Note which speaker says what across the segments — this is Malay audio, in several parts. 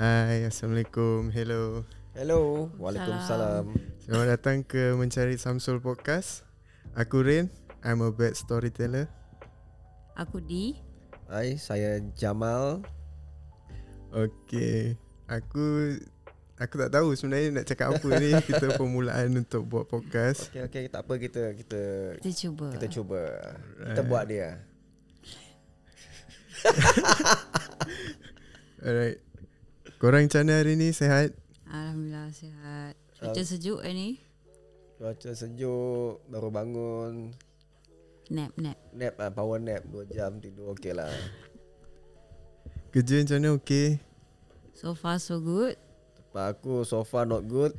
Speaker 1: Hai, Assalamualaikum. Hello.
Speaker 2: Hello. Waalaikumsalam.
Speaker 1: Selamat datang ke Mencari Samsul Podcast. Aku Rin. I'm a bad storyteller.
Speaker 3: Aku di
Speaker 2: Hai, saya Jamal.
Speaker 1: Okay. Aku aku tak tahu sebenarnya nak cakap apa ni. Kita permulaan untuk buat podcast.
Speaker 2: Okey okey tak apa kita kita
Speaker 3: Kita cuba
Speaker 2: kita cuba. Kita buat dia.
Speaker 1: Alright. Korang macam mana hari ni? Sehat?
Speaker 3: Alhamdulillah sihat Cuaca sejuk eh, ni
Speaker 2: Cuaca sejuk, baru bangun.
Speaker 3: Nap nap
Speaker 2: Nap ah, power nap 2 jam tidur okey lah.
Speaker 1: Kerja macam mana? Okay.
Speaker 3: So far so good
Speaker 2: Tempat aku so far not good.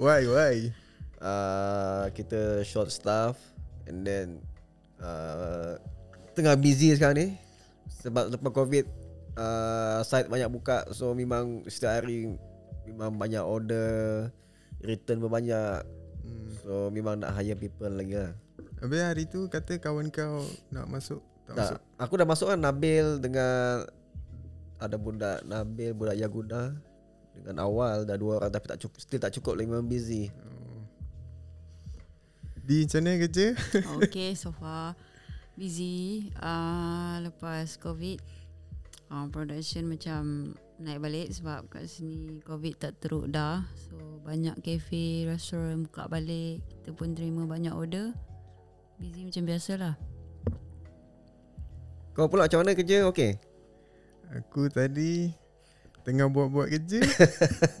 Speaker 1: Why? Why?
Speaker 2: Uh, kita short staff and then uh, tengah busy sekarang ni sebab lepas covid uh, site banyak buka so memang setiap hari memang banyak order return pun banyak
Speaker 1: Hmm.
Speaker 2: so memang nak hire people lagi lah
Speaker 1: Habis hari tu kata kawan kau nak masuk. Tak, masuk.
Speaker 2: tak, aku dah masuk kan Nabil dengan ada budak Nabil budak Yaguda dengan awal dah dua orang tapi tak cukup still tak cukup lagi memang busy
Speaker 1: Di macam mana kerja?
Speaker 3: Okay so far Busy uh, Lepas covid uh, Production macam Naik balik sebab kat sini Covid tak teruk dah So banyak kafe, restoran buka balik Kita pun terima banyak order Busy macam biasalah
Speaker 2: kau pula macam mana kerja okey
Speaker 1: Aku tadi tengah buat-buat kerja.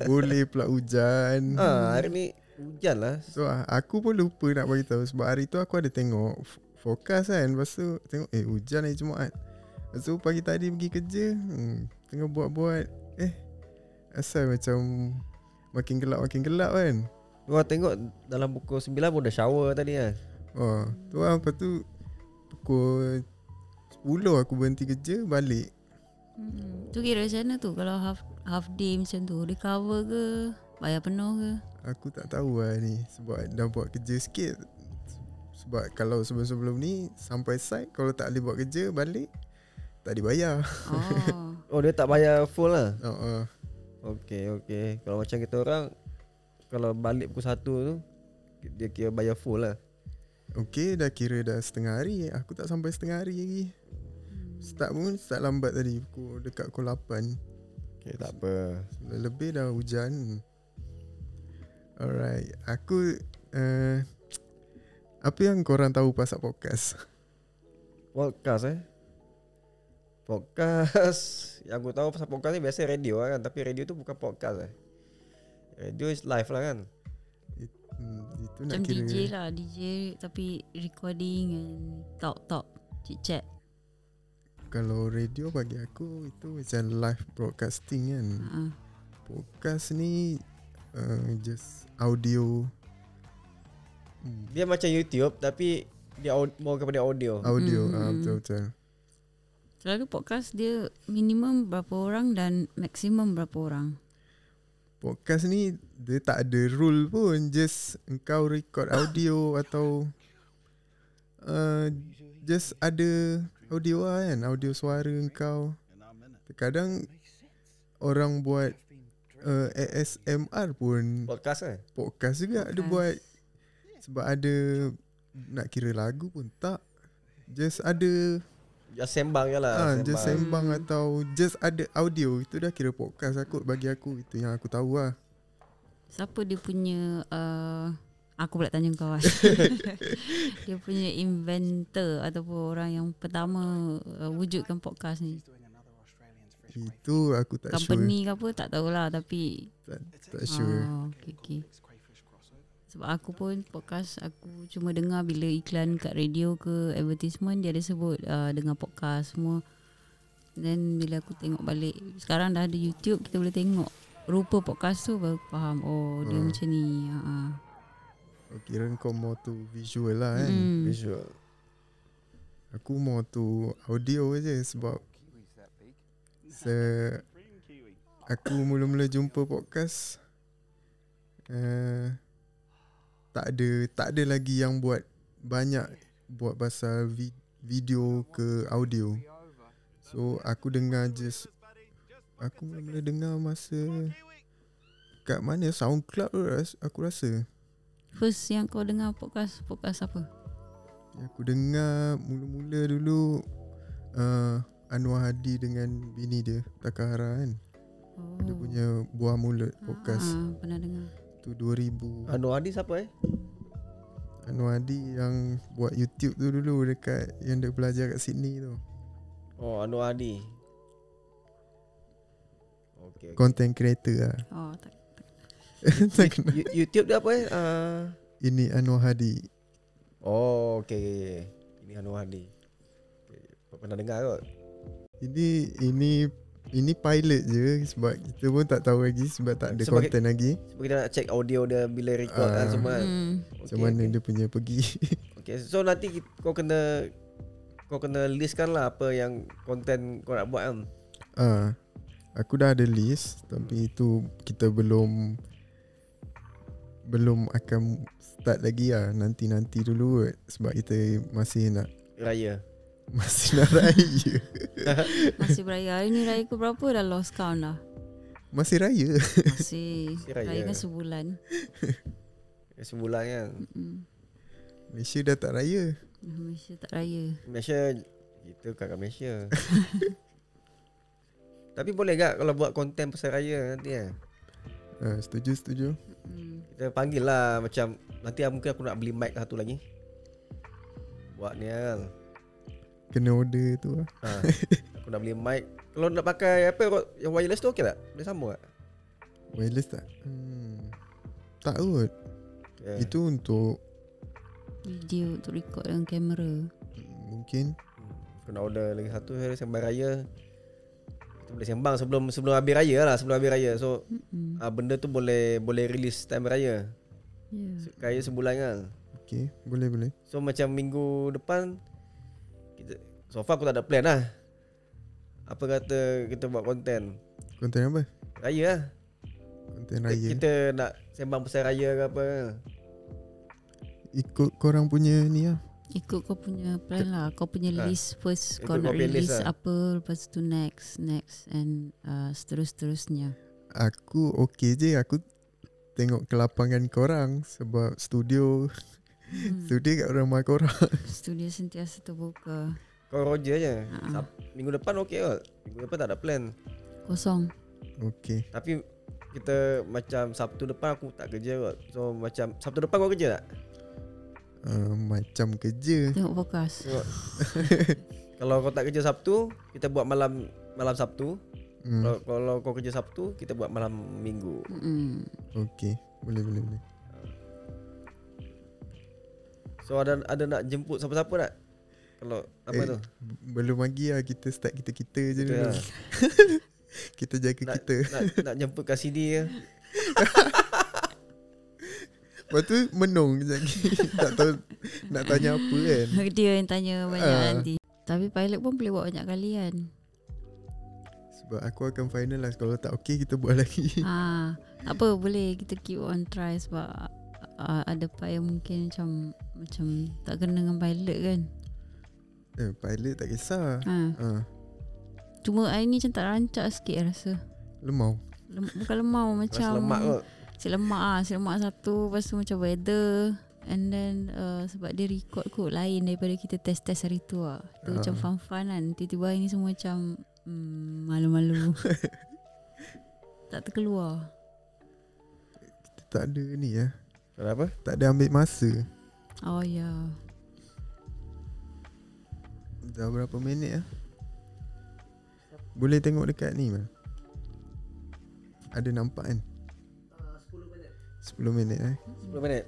Speaker 1: Boleh pula hujan.
Speaker 2: Ah, hari ni hujan lah.
Speaker 1: So ah, aku pun lupa nak bagi tahu sebab hari tu aku ada tengok f- forecast kan. Lepas tu tengok eh hujan hari Jumaat. Lepas tu pagi tadi pergi kerja, hmm, tengah buat-buat. Eh asal macam makin gelap makin gelap kan.
Speaker 2: Gua tengok dalam pukul 9 pun dah shower tadi kan.
Speaker 1: Oh, tu lah lepas tu pukul 10 aku berhenti kerja balik.
Speaker 3: hmm. Tu kira macam mana tu Kalau half, half day macam tu Dia cover ke Bayar penuh ke
Speaker 1: Aku tak tahu lah ni Sebab dah buat kerja sikit Sebab kalau sebelum-sebelum ni Sampai site Kalau tak boleh buat kerja Balik Tak dibayar
Speaker 3: Oh
Speaker 2: Oh, dia tak bayar full lah.
Speaker 1: oh, oh.
Speaker 2: Okey, okey. Kalau macam kita orang kalau balik pukul 1 tu dia kira bayar full lah.
Speaker 1: Okay dah kira dah setengah hari Aku tak sampai setengah hari lagi Start pun start lambat tadi Pukul dekat pukul 8
Speaker 2: Okey, tak apa.
Speaker 1: Dah Lebih dah hujan Alright Aku uh, Apa yang korang tahu pasal podcast?
Speaker 2: Podcast eh. Podcast Yang aku tahu pasal podcast ni Biasanya radio lah kan Tapi radio tu bukan podcast eh Radio is live lah kan
Speaker 1: Hmm, itu nak
Speaker 3: Macam
Speaker 1: kira
Speaker 3: DJ lah DJ tapi recording and talk talk chit chat
Speaker 1: Kalau radio bagi aku Itu macam live broadcasting kan
Speaker 3: uh,
Speaker 1: Podcast ni uh, Just audio
Speaker 2: Dia macam YouTube Tapi Dia au- more kepada audio
Speaker 1: Audio
Speaker 3: Mm,
Speaker 1: ah,
Speaker 3: mm,
Speaker 1: Betul-betul
Speaker 3: Selalu podcast dia minimum berapa orang dan maksimum berapa orang
Speaker 1: Podcast ni Dia tak ada rule pun Just Engkau record audio Atau uh, Just ada Audio lah kan Audio suara engkau Kadang Orang buat uh, ASMR pun
Speaker 2: Podcast kan
Speaker 1: podcast juga podcast. dia
Speaker 3: Podcast.
Speaker 1: buat sebab ada nak kira lagu pun tak just ada
Speaker 2: Just sembang je lah
Speaker 1: ah ha, just sembang
Speaker 2: sembang.
Speaker 1: atau just ada audio itu dah kira podcast aku bagi aku itu yang aku tahu lah
Speaker 3: Siapa dia punya uh, Aku pula tanya kau lah Dia punya inventor Ataupun orang yang pertama uh, Wujudkan podcast ni
Speaker 1: itu aku tak
Speaker 3: Company ke apa tak tahulah Tapi
Speaker 1: sure tak, tak sure
Speaker 3: oh, okay, okay. Sebab aku pun podcast Aku cuma dengar bila iklan kat radio ke Advertisement dia ada sebut uh, Dengar podcast semua Then bila aku tengok balik Sekarang dah ada YouTube Kita boleh tengok Rupa podcast tu baru aku faham Oh
Speaker 1: Hmm.
Speaker 3: dia macam ni ha.
Speaker 1: oh. kira kau more to visual lah kan
Speaker 3: Hmm.
Speaker 2: Visual
Speaker 1: aku more to audio je sebab se aku mula-mula jumpa podcast uh, tak ada tak ada lagi yang buat banyak buat pasal vi- video ke audio so aku dengar just Aku mula-mula dengar masa Kat mana SoundCloud tu ras- aku rasa
Speaker 3: First yang kau dengar podcast Podcast apa?
Speaker 1: Yang Ya, aku dengar mula-mula dulu uh, Anwar Hadi dengan bini dia Takahara kan
Speaker 3: Oh.
Speaker 1: Dia punya buah mulut podcast
Speaker 2: Hmm.
Speaker 3: Ah, pernah dengar.
Speaker 1: Tu 2000
Speaker 2: Anwar Hadi siapa eh?
Speaker 1: Anwar Hadi yang buat YouTube tu dulu Dekat yang dia belajar kat Sydney tu
Speaker 2: Oh, Anwar Hadi. Okay. okay.
Speaker 1: Content creator lah
Speaker 3: Oh, tak.
Speaker 1: Tak kena.
Speaker 2: You- YouTube dia apa eh? Uh,
Speaker 1: Ini Anwar Hadi
Speaker 2: oh, okay. Ini Anwar Hadi. Okay. Pernah dengar kot?
Speaker 1: Ini Ini Ini pilot je Sebab kita pun tak tahu lagi Sebab tak ada
Speaker 2: Sebagai-
Speaker 1: content lagi
Speaker 2: Sebab kita nak check audio dia bila record uh, kan
Speaker 1: Ah.
Speaker 2: semua. kan.
Speaker 3: Hmm.
Speaker 2: Okay,
Speaker 1: Macam mana dia punya pergi
Speaker 2: Okay, so nanti ki- kau kena kau kena listkan lah apa yang konten kau nak buat kan.
Speaker 1: Ah, Aku dah ada list Tapi itu Kita belum Belum akan Start lagi lah Nanti-nanti dulu kot. Sebab kita Masih nak
Speaker 2: Raya.
Speaker 1: Masih nak raya
Speaker 3: Masih beraya. Hari ni raya ke berapa dah lost count lah.
Speaker 1: Masih raya
Speaker 3: Masih.
Speaker 2: Masih raya.
Speaker 3: raya kan sebulan.
Speaker 2: Sebulan kan.
Speaker 3: Mm-mm.
Speaker 1: Malaysia dah tak raya
Speaker 3: Malaysia tak raya.
Speaker 2: Malaysia kita kat kat Malaysia. Tapi boleh tak kalau buat konten pasal raya nanti kan.
Speaker 1: Ah, Setuju setuju
Speaker 3: Mm.
Speaker 2: Kita panggil lah macam nanti ah, mungkin aku nak beli mic satu lagi. Buat ni kan.
Speaker 1: Kena order tu lah
Speaker 2: Ha. aku nak beli mic. Kalau nak pakai apa Rod? yang wireless tu okey tak? Boleh sambung tak?
Speaker 1: Wireless tak hmm. Tak kot
Speaker 2: Okay.
Speaker 1: Itu untuk
Speaker 3: Video untuk record dengan kamera.
Speaker 1: Mungkin
Speaker 2: Kena order lagi satu hari sembang raya. Kita boleh sembang sebelum sebelum habis raya lah, sebelum habis raya. So
Speaker 3: Mm-mm.
Speaker 2: uh, benda tu boleh boleh release time raya.
Speaker 3: Yeah.
Speaker 2: Se- Raya sebulan kan.
Speaker 1: Okay Boleh boleh
Speaker 2: So macam minggu depan kita so far aku tak ada plan lah. Apa kata kita buat konten
Speaker 1: Konten apa?
Speaker 2: raya lah.
Speaker 1: Konten
Speaker 2: Kita,
Speaker 1: raya
Speaker 2: kita nak sembang pasal raya ke apa. kan.
Speaker 1: Ikut korang punya ni lah
Speaker 3: Ikut kau punya plan lah. Kau punya
Speaker 2: Ah.
Speaker 3: list first. Kau
Speaker 2: Ikut kau
Speaker 3: nak
Speaker 2: punya list
Speaker 3: release
Speaker 2: lah.
Speaker 3: apa. Lepas tu next. Next. And uh, seterus-terusnya.
Speaker 1: Aku okay je Aku tengok ke lapangan korang Sebab studio
Speaker 3: Hmm.
Speaker 1: Studio kat rumah korang
Speaker 3: Studio sentiasa terbuka.
Speaker 2: Kau roger je.
Speaker 3: Ah.
Speaker 2: Sab- Minggu depan okey kot. Minggu depan tak ada plan.
Speaker 3: Kosong.
Speaker 1: Okay
Speaker 2: Tapi kita macam Sabtu depan aku tak kerja kot. So macam Sabtu depan kau kerja tak?
Speaker 1: uh, Macam kerja
Speaker 3: Tengok fokus.
Speaker 2: Tengok. kalau kau tak kerja Sabtu, kita buat malam malam Sabtu.
Speaker 1: hmm,
Speaker 2: Kalau kalau kau kerja Sabtu, kita buat malam Minggu.
Speaker 3: Mm.
Speaker 1: Okay Boleh boleh boleh
Speaker 2: So ada ada nak jemput siapa-siapa tak? Kalau apa
Speaker 1: Eh,
Speaker 2: tu?
Speaker 1: b- Belum lagi lah Kita start kita-kita je
Speaker 2: Kita
Speaker 1: dulu
Speaker 2: lah.
Speaker 1: Kita jaga
Speaker 2: Nak,
Speaker 1: kita
Speaker 2: nak, nak jemput kat sini ke?
Speaker 1: Lepas tu menung kejap lagi Tak tahu Nak tanya apa kan
Speaker 3: Dia yang tanya banyak
Speaker 1: Ah.
Speaker 3: nanti. Tapi pilot pun boleh buat banyak kali kan.
Speaker 1: Sebab aku akan final lah Kalau tak okay kita buat lagi
Speaker 3: ah, tak apa boleh kita keep on try sebab ah, ada part yang mungkin macam macam tak kena dengan pilot kan.
Speaker 1: eh, Pilot tak kisah
Speaker 3: Ha.
Speaker 1: Ah,
Speaker 3: Cuma hari ni macam tak rancak sikit eh, rasa.
Speaker 1: Lemau
Speaker 3: Lem, bukan lemau
Speaker 2: Rasa
Speaker 3: macam
Speaker 2: lemak kot.
Speaker 3: Cik lemak ah, cik lemak satu Lepas tu macam weather And then uh, sebab dia record kot lain daripada kita test-test hari tu lah Tu uh. macam
Speaker 1: Ah.
Speaker 3: fun-fun kan Tiba-tiba hari ni semua macam mm, malu-malu Tak terkeluar
Speaker 1: Tak ada ni ya
Speaker 2: Kenapa?
Speaker 1: Tak ada ambil masa
Speaker 3: Oh ya yeah.
Speaker 1: Dah berapa minit lah Boleh tengok dekat ni man. Ada nampak kan 10 minit eh
Speaker 2: 10 minit.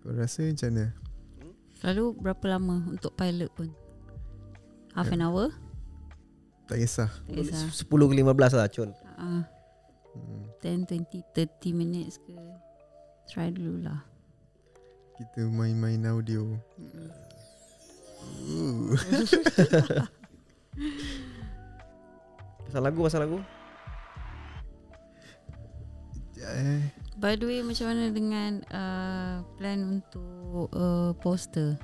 Speaker 1: Kau rasa macam mana
Speaker 3: Lalu berapa lama untuk pilot pun? Half
Speaker 2: Ya.
Speaker 3: an hour?
Speaker 1: Tak kisah
Speaker 3: Tak kisah
Speaker 2: 10 ke 15 lah Cun.
Speaker 3: uh,
Speaker 1: hmm.
Speaker 3: 10, 20, 30 minutes ke Try lah. dululah
Speaker 1: Kita main-main audio Ooh.
Speaker 2: Pasal lagu, pasal lagu.
Speaker 1: Sekejap eh
Speaker 3: By the way macam mana dengan uh, plan untuk uh, poster?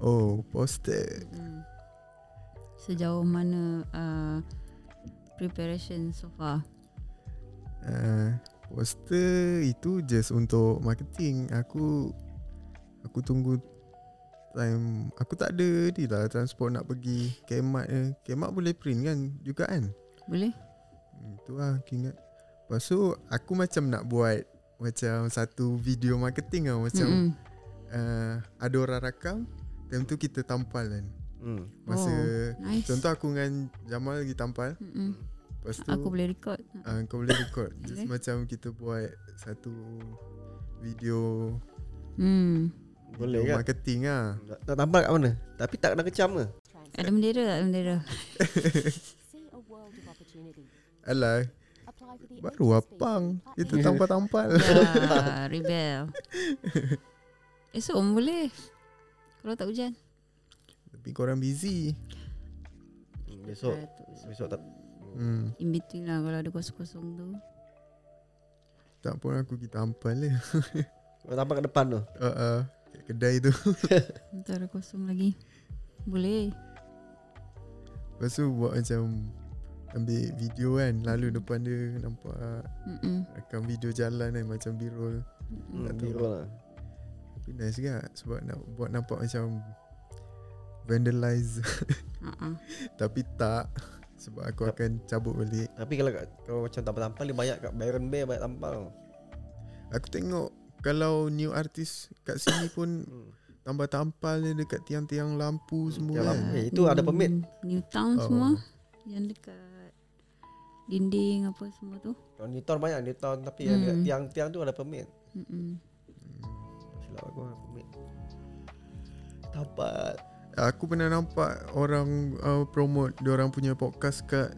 Speaker 1: Oh poster
Speaker 3: Sejauh mana uh, preparation so far?
Speaker 1: Uh, poster itu just untuk marketing. Aku aku tunggu time aku tak ada ni lah transport nak pergi kemat eh. Kemat boleh print kan juga kan?
Speaker 3: Boleh?
Speaker 1: Hmm, Itu lah aku ingat. Lepas tu aku macam nak buat macam satu video marketing lah macam
Speaker 3: Mm-mm.
Speaker 1: uh, ada orang rakam time tu kita tampal kan.
Speaker 2: Hmm.
Speaker 1: Masa
Speaker 3: Oh, nice.
Speaker 1: contoh aku dengan Jamal lagi tampal.
Speaker 3: Mm-mm.
Speaker 1: Lepas tu
Speaker 3: Aku boleh record.
Speaker 1: Uh, kau boleh record Just
Speaker 3: Okay.
Speaker 1: macam kita buat Satu Video
Speaker 3: Hmm.
Speaker 2: Boleh
Speaker 1: video
Speaker 2: kan?
Speaker 1: Marketing lah
Speaker 2: Nak, nak tampal kat mana? Tapi tak kena kecam ke?
Speaker 3: Ada bendera tak ada bendera?
Speaker 4: See a world of opportunity.
Speaker 1: Alah
Speaker 4: Apply for the
Speaker 1: Baru
Speaker 4: agency
Speaker 1: apang
Speaker 4: at
Speaker 1: Itu tampal-tampal
Speaker 3: ah, rebel. Esok pun boleh. Kalau tak hujan.
Speaker 1: Tapi korang busy
Speaker 2: Hmm, Besok
Speaker 3: Eh.
Speaker 2: Besok tak
Speaker 1: hmm,
Speaker 3: In between lah kalau ada kosong-kosong tu.
Speaker 1: Tak pun aku pergi tampal je
Speaker 2: Kau tampal kat depan tu
Speaker 1: uh, uh, kat Kedai tu
Speaker 3: Tak ada kosong lagi. Boleh.
Speaker 1: Lepas tu buat macam Ambil video kan Lalu depan dia Nampak
Speaker 3: Mm-mm.
Speaker 1: Rakam video jalan kan Macam B-roll
Speaker 2: hmm,
Speaker 1: tahu.
Speaker 2: Biro lah
Speaker 1: Tapi nice juga Sebab nak buat nampak macam Vandalize
Speaker 3: Uh-uh.
Speaker 1: Tapi tak Sebab aku
Speaker 2: Yap.
Speaker 1: akan cabut balik
Speaker 2: Tapi kalau kat- kalau macam tampal-tampal Dia banyak kat Byron Bay Banyak tampal tau.
Speaker 1: Aku tengok Kalau new artist Kat sini pun
Speaker 2: Hmm.
Speaker 1: Tambah tampal dia Dekat tiang-tiang lampu semua
Speaker 2: tiang
Speaker 1: kan
Speaker 2: lampu. Eh, itu ada permit.
Speaker 3: New Town
Speaker 1: Oh.
Speaker 3: semua. Yang dekat dinding apa semua tu.
Speaker 2: Kalau Newton banyak Newton Tapi yang dekat
Speaker 3: Hmm.
Speaker 2: tiang-tiang tu ada permit
Speaker 3: Mm-mm.
Speaker 2: Tak Silap aku ada permit Tampal
Speaker 1: Aku pernah nampak Orang uh, promote Diorang punya podcast kat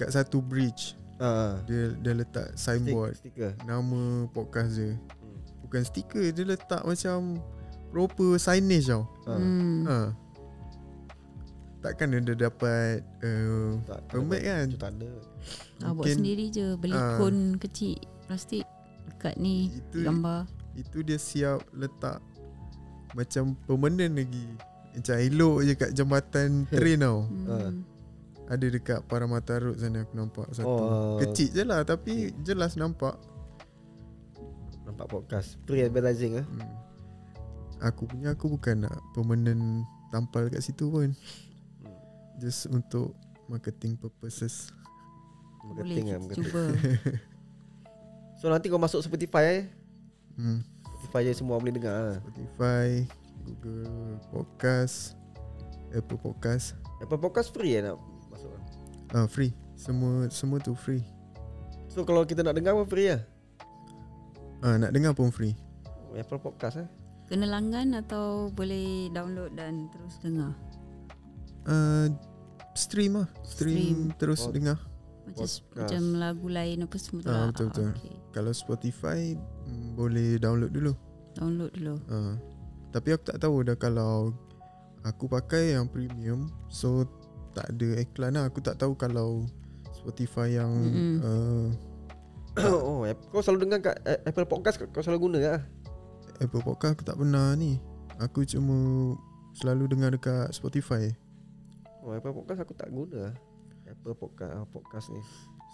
Speaker 1: Kat satu bridge
Speaker 2: Ah,
Speaker 1: Dia dia letak
Speaker 2: Stick,
Speaker 1: signboard
Speaker 2: stiker
Speaker 1: Nama podcast dia Bukan stiker Dia letak macam Proper signage tau
Speaker 2: Ah,
Speaker 3: Hmm.
Speaker 1: ha. Takkan dia dah dapat uh,
Speaker 2: tak- tak
Speaker 1: Permit
Speaker 2: ada-
Speaker 1: kan?
Speaker 2: tu Tak ada
Speaker 3: Ah, buat
Speaker 1: mungkin-
Speaker 3: sendiri je. Beli
Speaker 1: Ah.
Speaker 3: kon kecil plastik dekat ni
Speaker 1: Itu-
Speaker 3: gambar.
Speaker 1: Itu dia siap letak Macam permanent lagi Macam elok je kat jembatan train tau
Speaker 2: Ah.
Speaker 3: Hmm.
Speaker 1: Ada dekat Paramata Road sana aku nampak satu
Speaker 2: Oh.
Speaker 1: oh, Kecil je lah tapi jelas nampak
Speaker 2: Nampak podcast Pre-advertising eh
Speaker 1: hmm. Aku punya aku bukan nak permanent tampal kat situ pun Just untuk marketing purposes
Speaker 3: Boleh
Speaker 2: Marketing lah
Speaker 3: kita
Speaker 2: marketing.
Speaker 3: cuba.
Speaker 2: So nanti kau masuk Spotify eh
Speaker 1: hmm.
Speaker 2: Spotify je semua boleh dengar lah
Speaker 1: Spotify, Google Podcast, Apple Podcast
Speaker 2: Apple Podcast free eh nak masuk lah
Speaker 1: ah, Free, semua semua tu free
Speaker 2: So kalau kita nak dengar pun free lah
Speaker 1: ah, Nak dengar pun free
Speaker 2: Apple Podcast eh
Speaker 3: Kena langgan atau boleh download dan terus dengar.
Speaker 1: uh, stream lah stream, terus
Speaker 2: Oh.
Speaker 1: dengar
Speaker 3: Macam
Speaker 2: Podcast.
Speaker 3: macam lagu lain apa semua tu.
Speaker 1: Ah,
Speaker 3: lah.
Speaker 1: betul,
Speaker 3: Ah,
Speaker 1: betul.
Speaker 3: Okay.
Speaker 1: kalau Spotify mm, boleh download dulu
Speaker 3: Download dulu.
Speaker 1: uh, tapi aku tak tahu dah kalau aku pakai yang premium so tak ada iklan lah aku tak tahu kalau Spotify yang
Speaker 3: Mm-mm.
Speaker 1: uh,
Speaker 2: Oh App- kau selalu dengar kat eh, Apple Podcast kau- kau selalu guna lah
Speaker 1: Apple Podcast aku tak pernah ni aku cuma selalu dengar dekat Spotify
Speaker 2: Oh Apple Podcast aku tak guna lah Apple Podcast ah, Podcast ni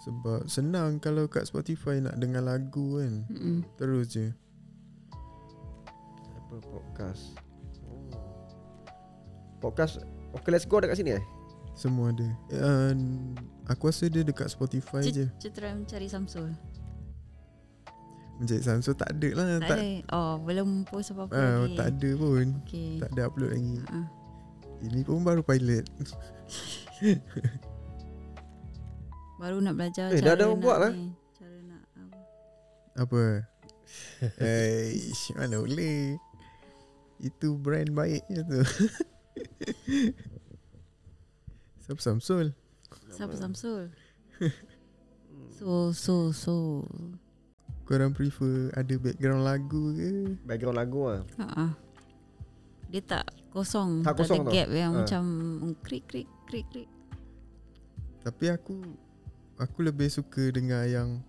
Speaker 1: sebab senang kalau kat Spotify nak dengar lagu kan
Speaker 3: Mm-mm.
Speaker 1: terus je
Speaker 2: Apple Podcast oh. Podcast Okay let's go dekat sini eh
Speaker 1: semua ada uh, aku rasa dia dekat Spotify
Speaker 3: Ce-
Speaker 1: je
Speaker 3: ce- try mencari Samsul.
Speaker 1: Encik Sam So tak ada lah
Speaker 3: Tak,
Speaker 1: Tak,
Speaker 3: ada. Oh, belum post apa-apa
Speaker 1: ah,
Speaker 3: lagi.
Speaker 1: tak ada pun
Speaker 3: Okay.
Speaker 1: Tak ada upload lagi
Speaker 3: Ah.
Speaker 1: Ini pun baru pilot
Speaker 3: Baru nak belajar
Speaker 2: Eh, dah ada orang
Speaker 3: nak
Speaker 2: buat lah.
Speaker 3: ni, Cara nak um, apa.
Speaker 1: Apa Eish Mana boleh Itu brand baik je tu Siapa Samsul
Speaker 3: Siapa Samsul? so, so, so.
Speaker 1: Korang prefer Ada background lagu ke
Speaker 2: Background lagu lah
Speaker 3: Ha ah. Dia tak kosong,
Speaker 2: Tak kosong
Speaker 3: ada
Speaker 2: tau.
Speaker 3: gap yang
Speaker 2: Ah.
Speaker 3: macam mm, krik krik krik krik.
Speaker 1: Tapi aku Aku lebih suka dengar yang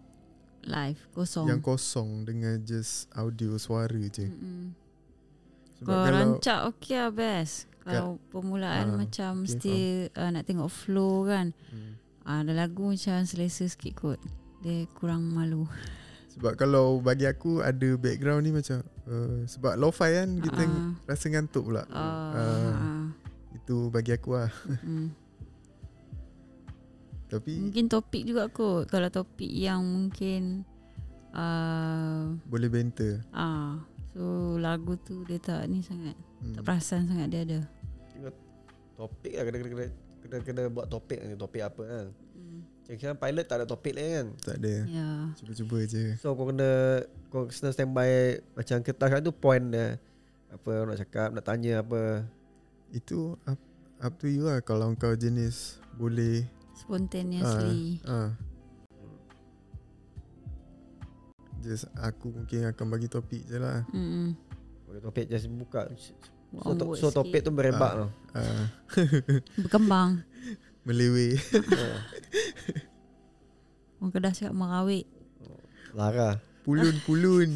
Speaker 3: Live kosong.
Speaker 1: Yang kosong Dengan just audio suara je
Speaker 3: Mm-mm.
Speaker 1: Sebab
Speaker 3: Kalau
Speaker 1: kalau
Speaker 3: rancak okey lah best. Kalau
Speaker 1: Ah,
Speaker 3: permulaan macam
Speaker 1: okay,
Speaker 3: still uh, nak tengok flow kan.
Speaker 1: Hmm.
Speaker 3: Ah Ah, ada lagu macam selesa sikit kot. Dia kurang malu.
Speaker 1: Sebab kalau bagi aku ada background ni macam uh, sebab lo-fi kan kita
Speaker 3: Ah.
Speaker 1: rasa ngantuk pula.
Speaker 3: Ah,
Speaker 1: Ah.
Speaker 3: ah,
Speaker 1: Itu bagi aku lah.
Speaker 3: mm.
Speaker 1: Tapi
Speaker 3: Mungkin topik juga kot. Kalau topik yang mungkin ah
Speaker 1: boleh banter.
Speaker 3: ah so lagu tu dia tak ni sangat.
Speaker 1: Hmm,
Speaker 3: Tak perasan sangat dia ada.
Speaker 2: Tengok topik lah kena kena kena kena, kena buat topik ni topik apa kan.
Speaker 3: Mm.
Speaker 2: Kira-kira kan pilot tak ada topik lagi kan.
Speaker 1: Tak ada.
Speaker 3: Ya. Yeah.
Speaker 1: Cuba-cuba je.
Speaker 2: So kau kena kau kena standby macam kertas kat tu point dia. Apa orang nak cakap, nak tanya apa.
Speaker 1: Itu up, up to you lah kalau kau jenis boleh
Speaker 3: Spontaneously.
Speaker 1: Ah. ah. Just aku mungkin akan bagi topik je lah.
Speaker 3: Uh. Mm.
Speaker 2: Boleh topik just buka. So,
Speaker 3: Orang
Speaker 2: to,
Speaker 3: buat
Speaker 2: so topik
Speaker 3: sikit.
Speaker 2: tu
Speaker 1: Ah.
Speaker 2: berebak tau.
Speaker 1: Ah,
Speaker 3: berkembang.
Speaker 1: melewe.
Speaker 2: Ah.
Speaker 3: Orang Kedah cakap merawik.
Speaker 2: Lara.
Speaker 1: Pulun-pulun.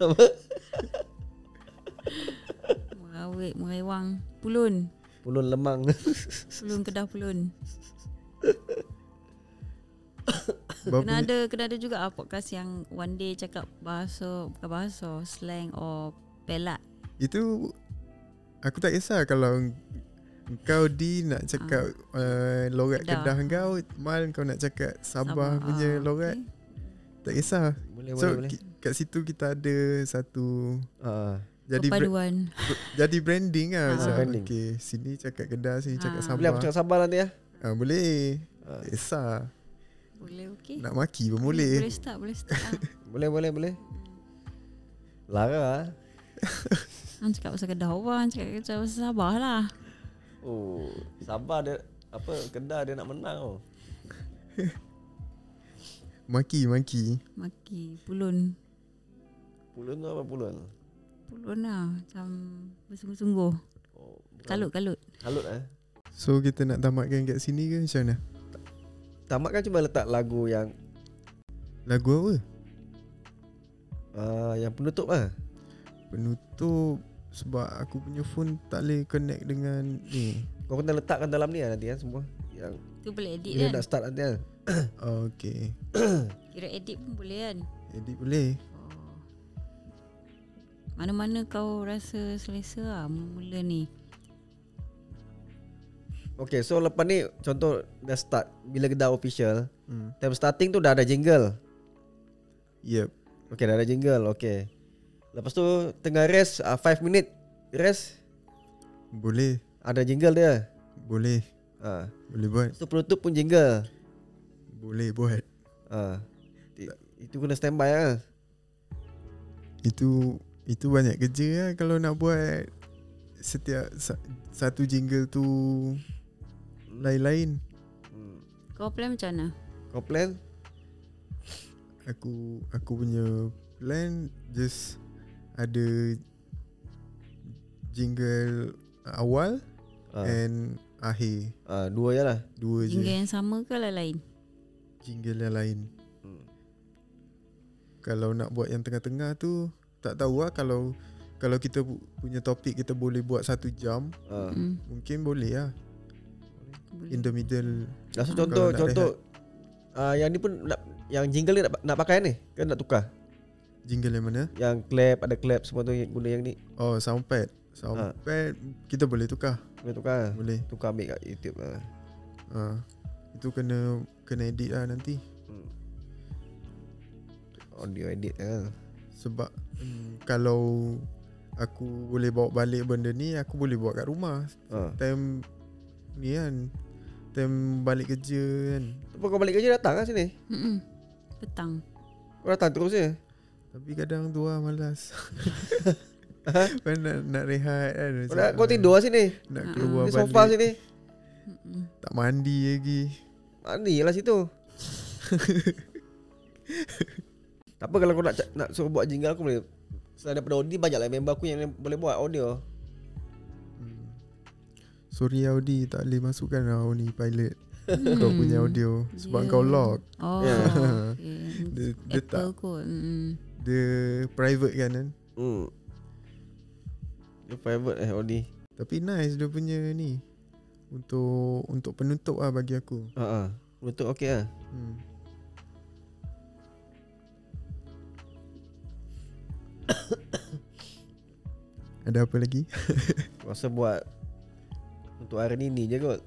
Speaker 2: Apa?
Speaker 3: Merawik, merewang. Pulun.
Speaker 2: Pulun lemang.
Speaker 3: Pulun Kedah pulun.
Speaker 1: Berapa
Speaker 3: Kena
Speaker 1: ni-
Speaker 3: ada kena ada juga ah, podcast yang one day cakap bahasa bukan bahasa slang or pelat.
Speaker 1: Itu aku tak kisah kalau kau di nak cakap
Speaker 3: Ah.
Speaker 1: uh, logat Kedah
Speaker 3: Kedah.
Speaker 1: kau, Mal kau nak cakap Sabah
Speaker 3: Sabah,
Speaker 1: punya
Speaker 3: ah,
Speaker 1: logat,
Speaker 3: okey.
Speaker 1: tak kisah.
Speaker 2: boleh
Speaker 1: so
Speaker 2: Ya, boleh boleh.
Speaker 1: ki- kat situ kita ada satu
Speaker 2: Ah.
Speaker 1: jadi bra-
Speaker 3: Perpaduan.
Speaker 1: jadi branding
Speaker 3: Ah.
Speaker 1: lah macam
Speaker 2: Branding.
Speaker 1: okey sini cakap Kedah sini cakap
Speaker 3: Ah.
Speaker 1: Sabah.
Speaker 2: Boleh aku cakap sabar nanti ya.
Speaker 1: Ah, boleh.
Speaker 2: Ah.
Speaker 1: Tak kisah.
Speaker 3: Boleh okey.
Speaker 1: Nak maki pun
Speaker 3: Boleh
Speaker 1: boleh.
Speaker 3: start, boleh start. ah.
Speaker 2: Boleh boleh boleh. Lara.
Speaker 3: Hang cakap pasal Kedah orang cakap cakap pasal Sabah lah.
Speaker 2: Oh, Sabah dia apa Kedah dia nak menang tau.
Speaker 1: Maki maki.
Speaker 3: Maki pulun.
Speaker 2: Pulun tu apa pulun?
Speaker 3: Pulun lah macam bersungguh-sungguh.
Speaker 2: Oh, bukan.
Speaker 3: Kalut-kalut.
Speaker 2: Kalut eh.
Speaker 1: So kita nak tamatkan kat sini ke macam mana?
Speaker 2: Tamat kan cuma letak lagu yang
Speaker 1: Lagu apa?
Speaker 2: uh, yang penutup lah.
Speaker 1: Penutup sebab aku punya phone tak boleh connect dengan ni.
Speaker 2: Kau kena letakkan dalam ni lah nanti kan semua. Yang
Speaker 3: Tu boleh edit
Speaker 2: bila
Speaker 3: kan.
Speaker 2: nak start nanti kan.
Speaker 1: Oh, okay.
Speaker 3: Kira edit pun boleh kan.
Speaker 1: Edit boleh.
Speaker 3: Oh. Mana-mana kau rasa selesa lah mula ni.
Speaker 2: Okay, so lepas ni contoh dah start bila Kedah official,
Speaker 1: Hmm.
Speaker 2: time starting tu dah ada jingle.
Speaker 1: Yep.
Speaker 2: Okay, dah ada jingle. Okay. Lepas tu tengah rest 5 uh, minit rest
Speaker 1: Boleh.
Speaker 2: ada jingle dia.
Speaker 1: Boleh.
Speaker 2: Ah.
Speaker 1: Boleh buat.
Speaker 2: Lepas tu penutup pun jingle.
Speaker 1: Boleh buat.
Speaker 2: Ah. It- Itu kena standby lah.
Speaker 1: Itu itu banyak kerja lah kalau nak buat setiap sa- satu jingle tu lain-lain.
Speaker 2: Hmm.
Speaker 3: Kau plan macam mana?
Speaker 2: Kau plan?
Speaker 1: Aku aku punya plan just ada jingle awal
Speaker 2: Ah.
Speaker 1: and akhir.
Speaker 2: Ah, dua je lah.
Speaker 1: Dua
Speaker 3: Jingle
Speaker 1: je
Speaker 3: yang sama ke lain-lain?
Speaker 1: jingle yang lain.
Speaker 2: Hmm.
Speaker 1: Kalau nak buat yang tengah-tengah tu tak tahu lah kalau kalau kita pu- punya topik kita boleh buat satu jam
Speaker 2: Ah.
Speaker 3: Hmm.
Speaker 1: mungkin boleh lah
Speaker 3: Boleh.
Speaker 1: in the middle
Speaker 2: Lepas tu contoh
Speaker 1: Kalau nak
Speaker 2: contoh ah yang ni pun nak, yang jingle ni nak, nak pakai ni kan nak tukar.
Speaker 1: jingle yang mana
Speaker 2: Yang clap ada clap semua tu yang- guna yang ni
Speaker 1: oh soundpad
Speaker 2: Ha.
Speaker 1: soundpad kita boleh tukar
Speaker 2: boleh tukar.
Speaker 1: boleh
Speaker 2: Tukar ambil kat YouTube lah.
Speaker 1: ha. itu kena kena edit lah nanti
Speaker 2: Hmm. Audio edit lah.
Speaker 1: sebab mm, kalau aku boleh bawa balik benda ni aku boleh buat kat rumah
Speaker 2: Ah.
Speaker 1: time ni kan time balik kerja kan
Speaker 2: Lepas kau balik kerja datang lah sini.
Speaker 3: Mm-mm. Petang.
Speaker 2: Kau datang terus je.
Speaker 1: Tapi kadang tu lah malas Kan nak, nak rehat kan
Speaker 2: Kau, dah, kau tidur lah sini.
Speaker 1: Nak
Speaker 3: Ah.
Speaker 1: keluar
Speaker 2: Di
Speaker 1: balik
Speaker 2: sofa sini.
Speaker 3: Mm-mm.
Speaker 1: Tak mandi lagi
Speaker 2: Mandi lah situ. tak apa kalau kau nak ca- nak suruh buat jingle aku boleh. Selain daripada audio banyak lah member aku yang boleh buat audio.
Speaker 1: hmm. Sorry Audi tak boleh masukkan kau ni pilot Kau punya audio Sebab
Speaker 3: Ya.
Speaker 1: kau log
Speaker 3: Oh,
Speaker 2: Ya.
Speaker 3: okay.
Speaker 1: Dia- dia
Speaker 3: Apple kot. Mm-mm.
Speaker 1: Dia private kan kan
Speaker 2: Hmm. Dia private eh Audi.
Speaker 1: Tapi nice dia punya ni untuk untuk penutup lah bagi aku.
Speaker 2: Ha ah. Betul okey ah.
Speaker 1: Hmm. Ada apa lagi?
Speaker 2: Rasa buat untuk hari ni ni je kot.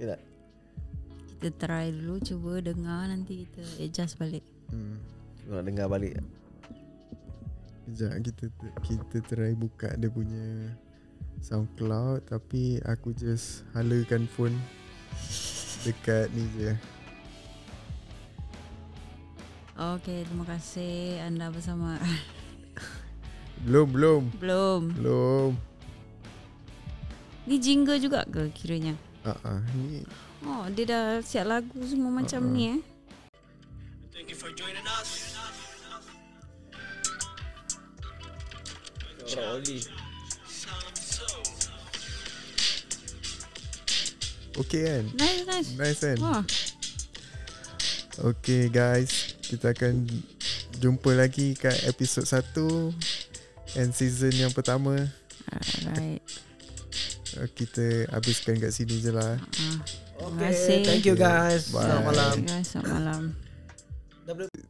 Speaker 2: Ya tak?
Speaker 3: Kita try dulu Cuba dengar Nanti kita adjust balik
Speaker 1: Hmm.
Speaker 2: Kau Nak dengar balik.
Speaker 1: Sekejap kita t- kita try buka dia punya SoundCloud tapi aku just halakan phone dekat ni je.
Speaker 3: Okay terima kasih Anda bersama
Speaker 1: Belum belum
Speaker 3: Belum
Speaker 1: belum.
Speaker 3: Ni jingle juga ke kiranya
Speaker 1: Ah ah ni
Speaker 3: Oh dia dah siap lagu semua macam ni eh
Speaker 5: Thank you for joining us.
Speaker 1: okey kan?
Speaker 3: Nice nice Oh,
Speaker 1: Nice kan?
Speaker 3: Wah
Speaker 1: Okay guys Kita akan Jumpa lagi Kat episod 1 And season yang pertama
Speaker 3: Alright
Speaker 1: uh, Kita habiskan kat sini je lah
Speaker 3: Ah. Terima kasih
Speaker 2: Thank you guys.
Speaker 1: Bye.
Speaker 2: Selamat malam.
Speaker 3: Terima kasih Selamat malam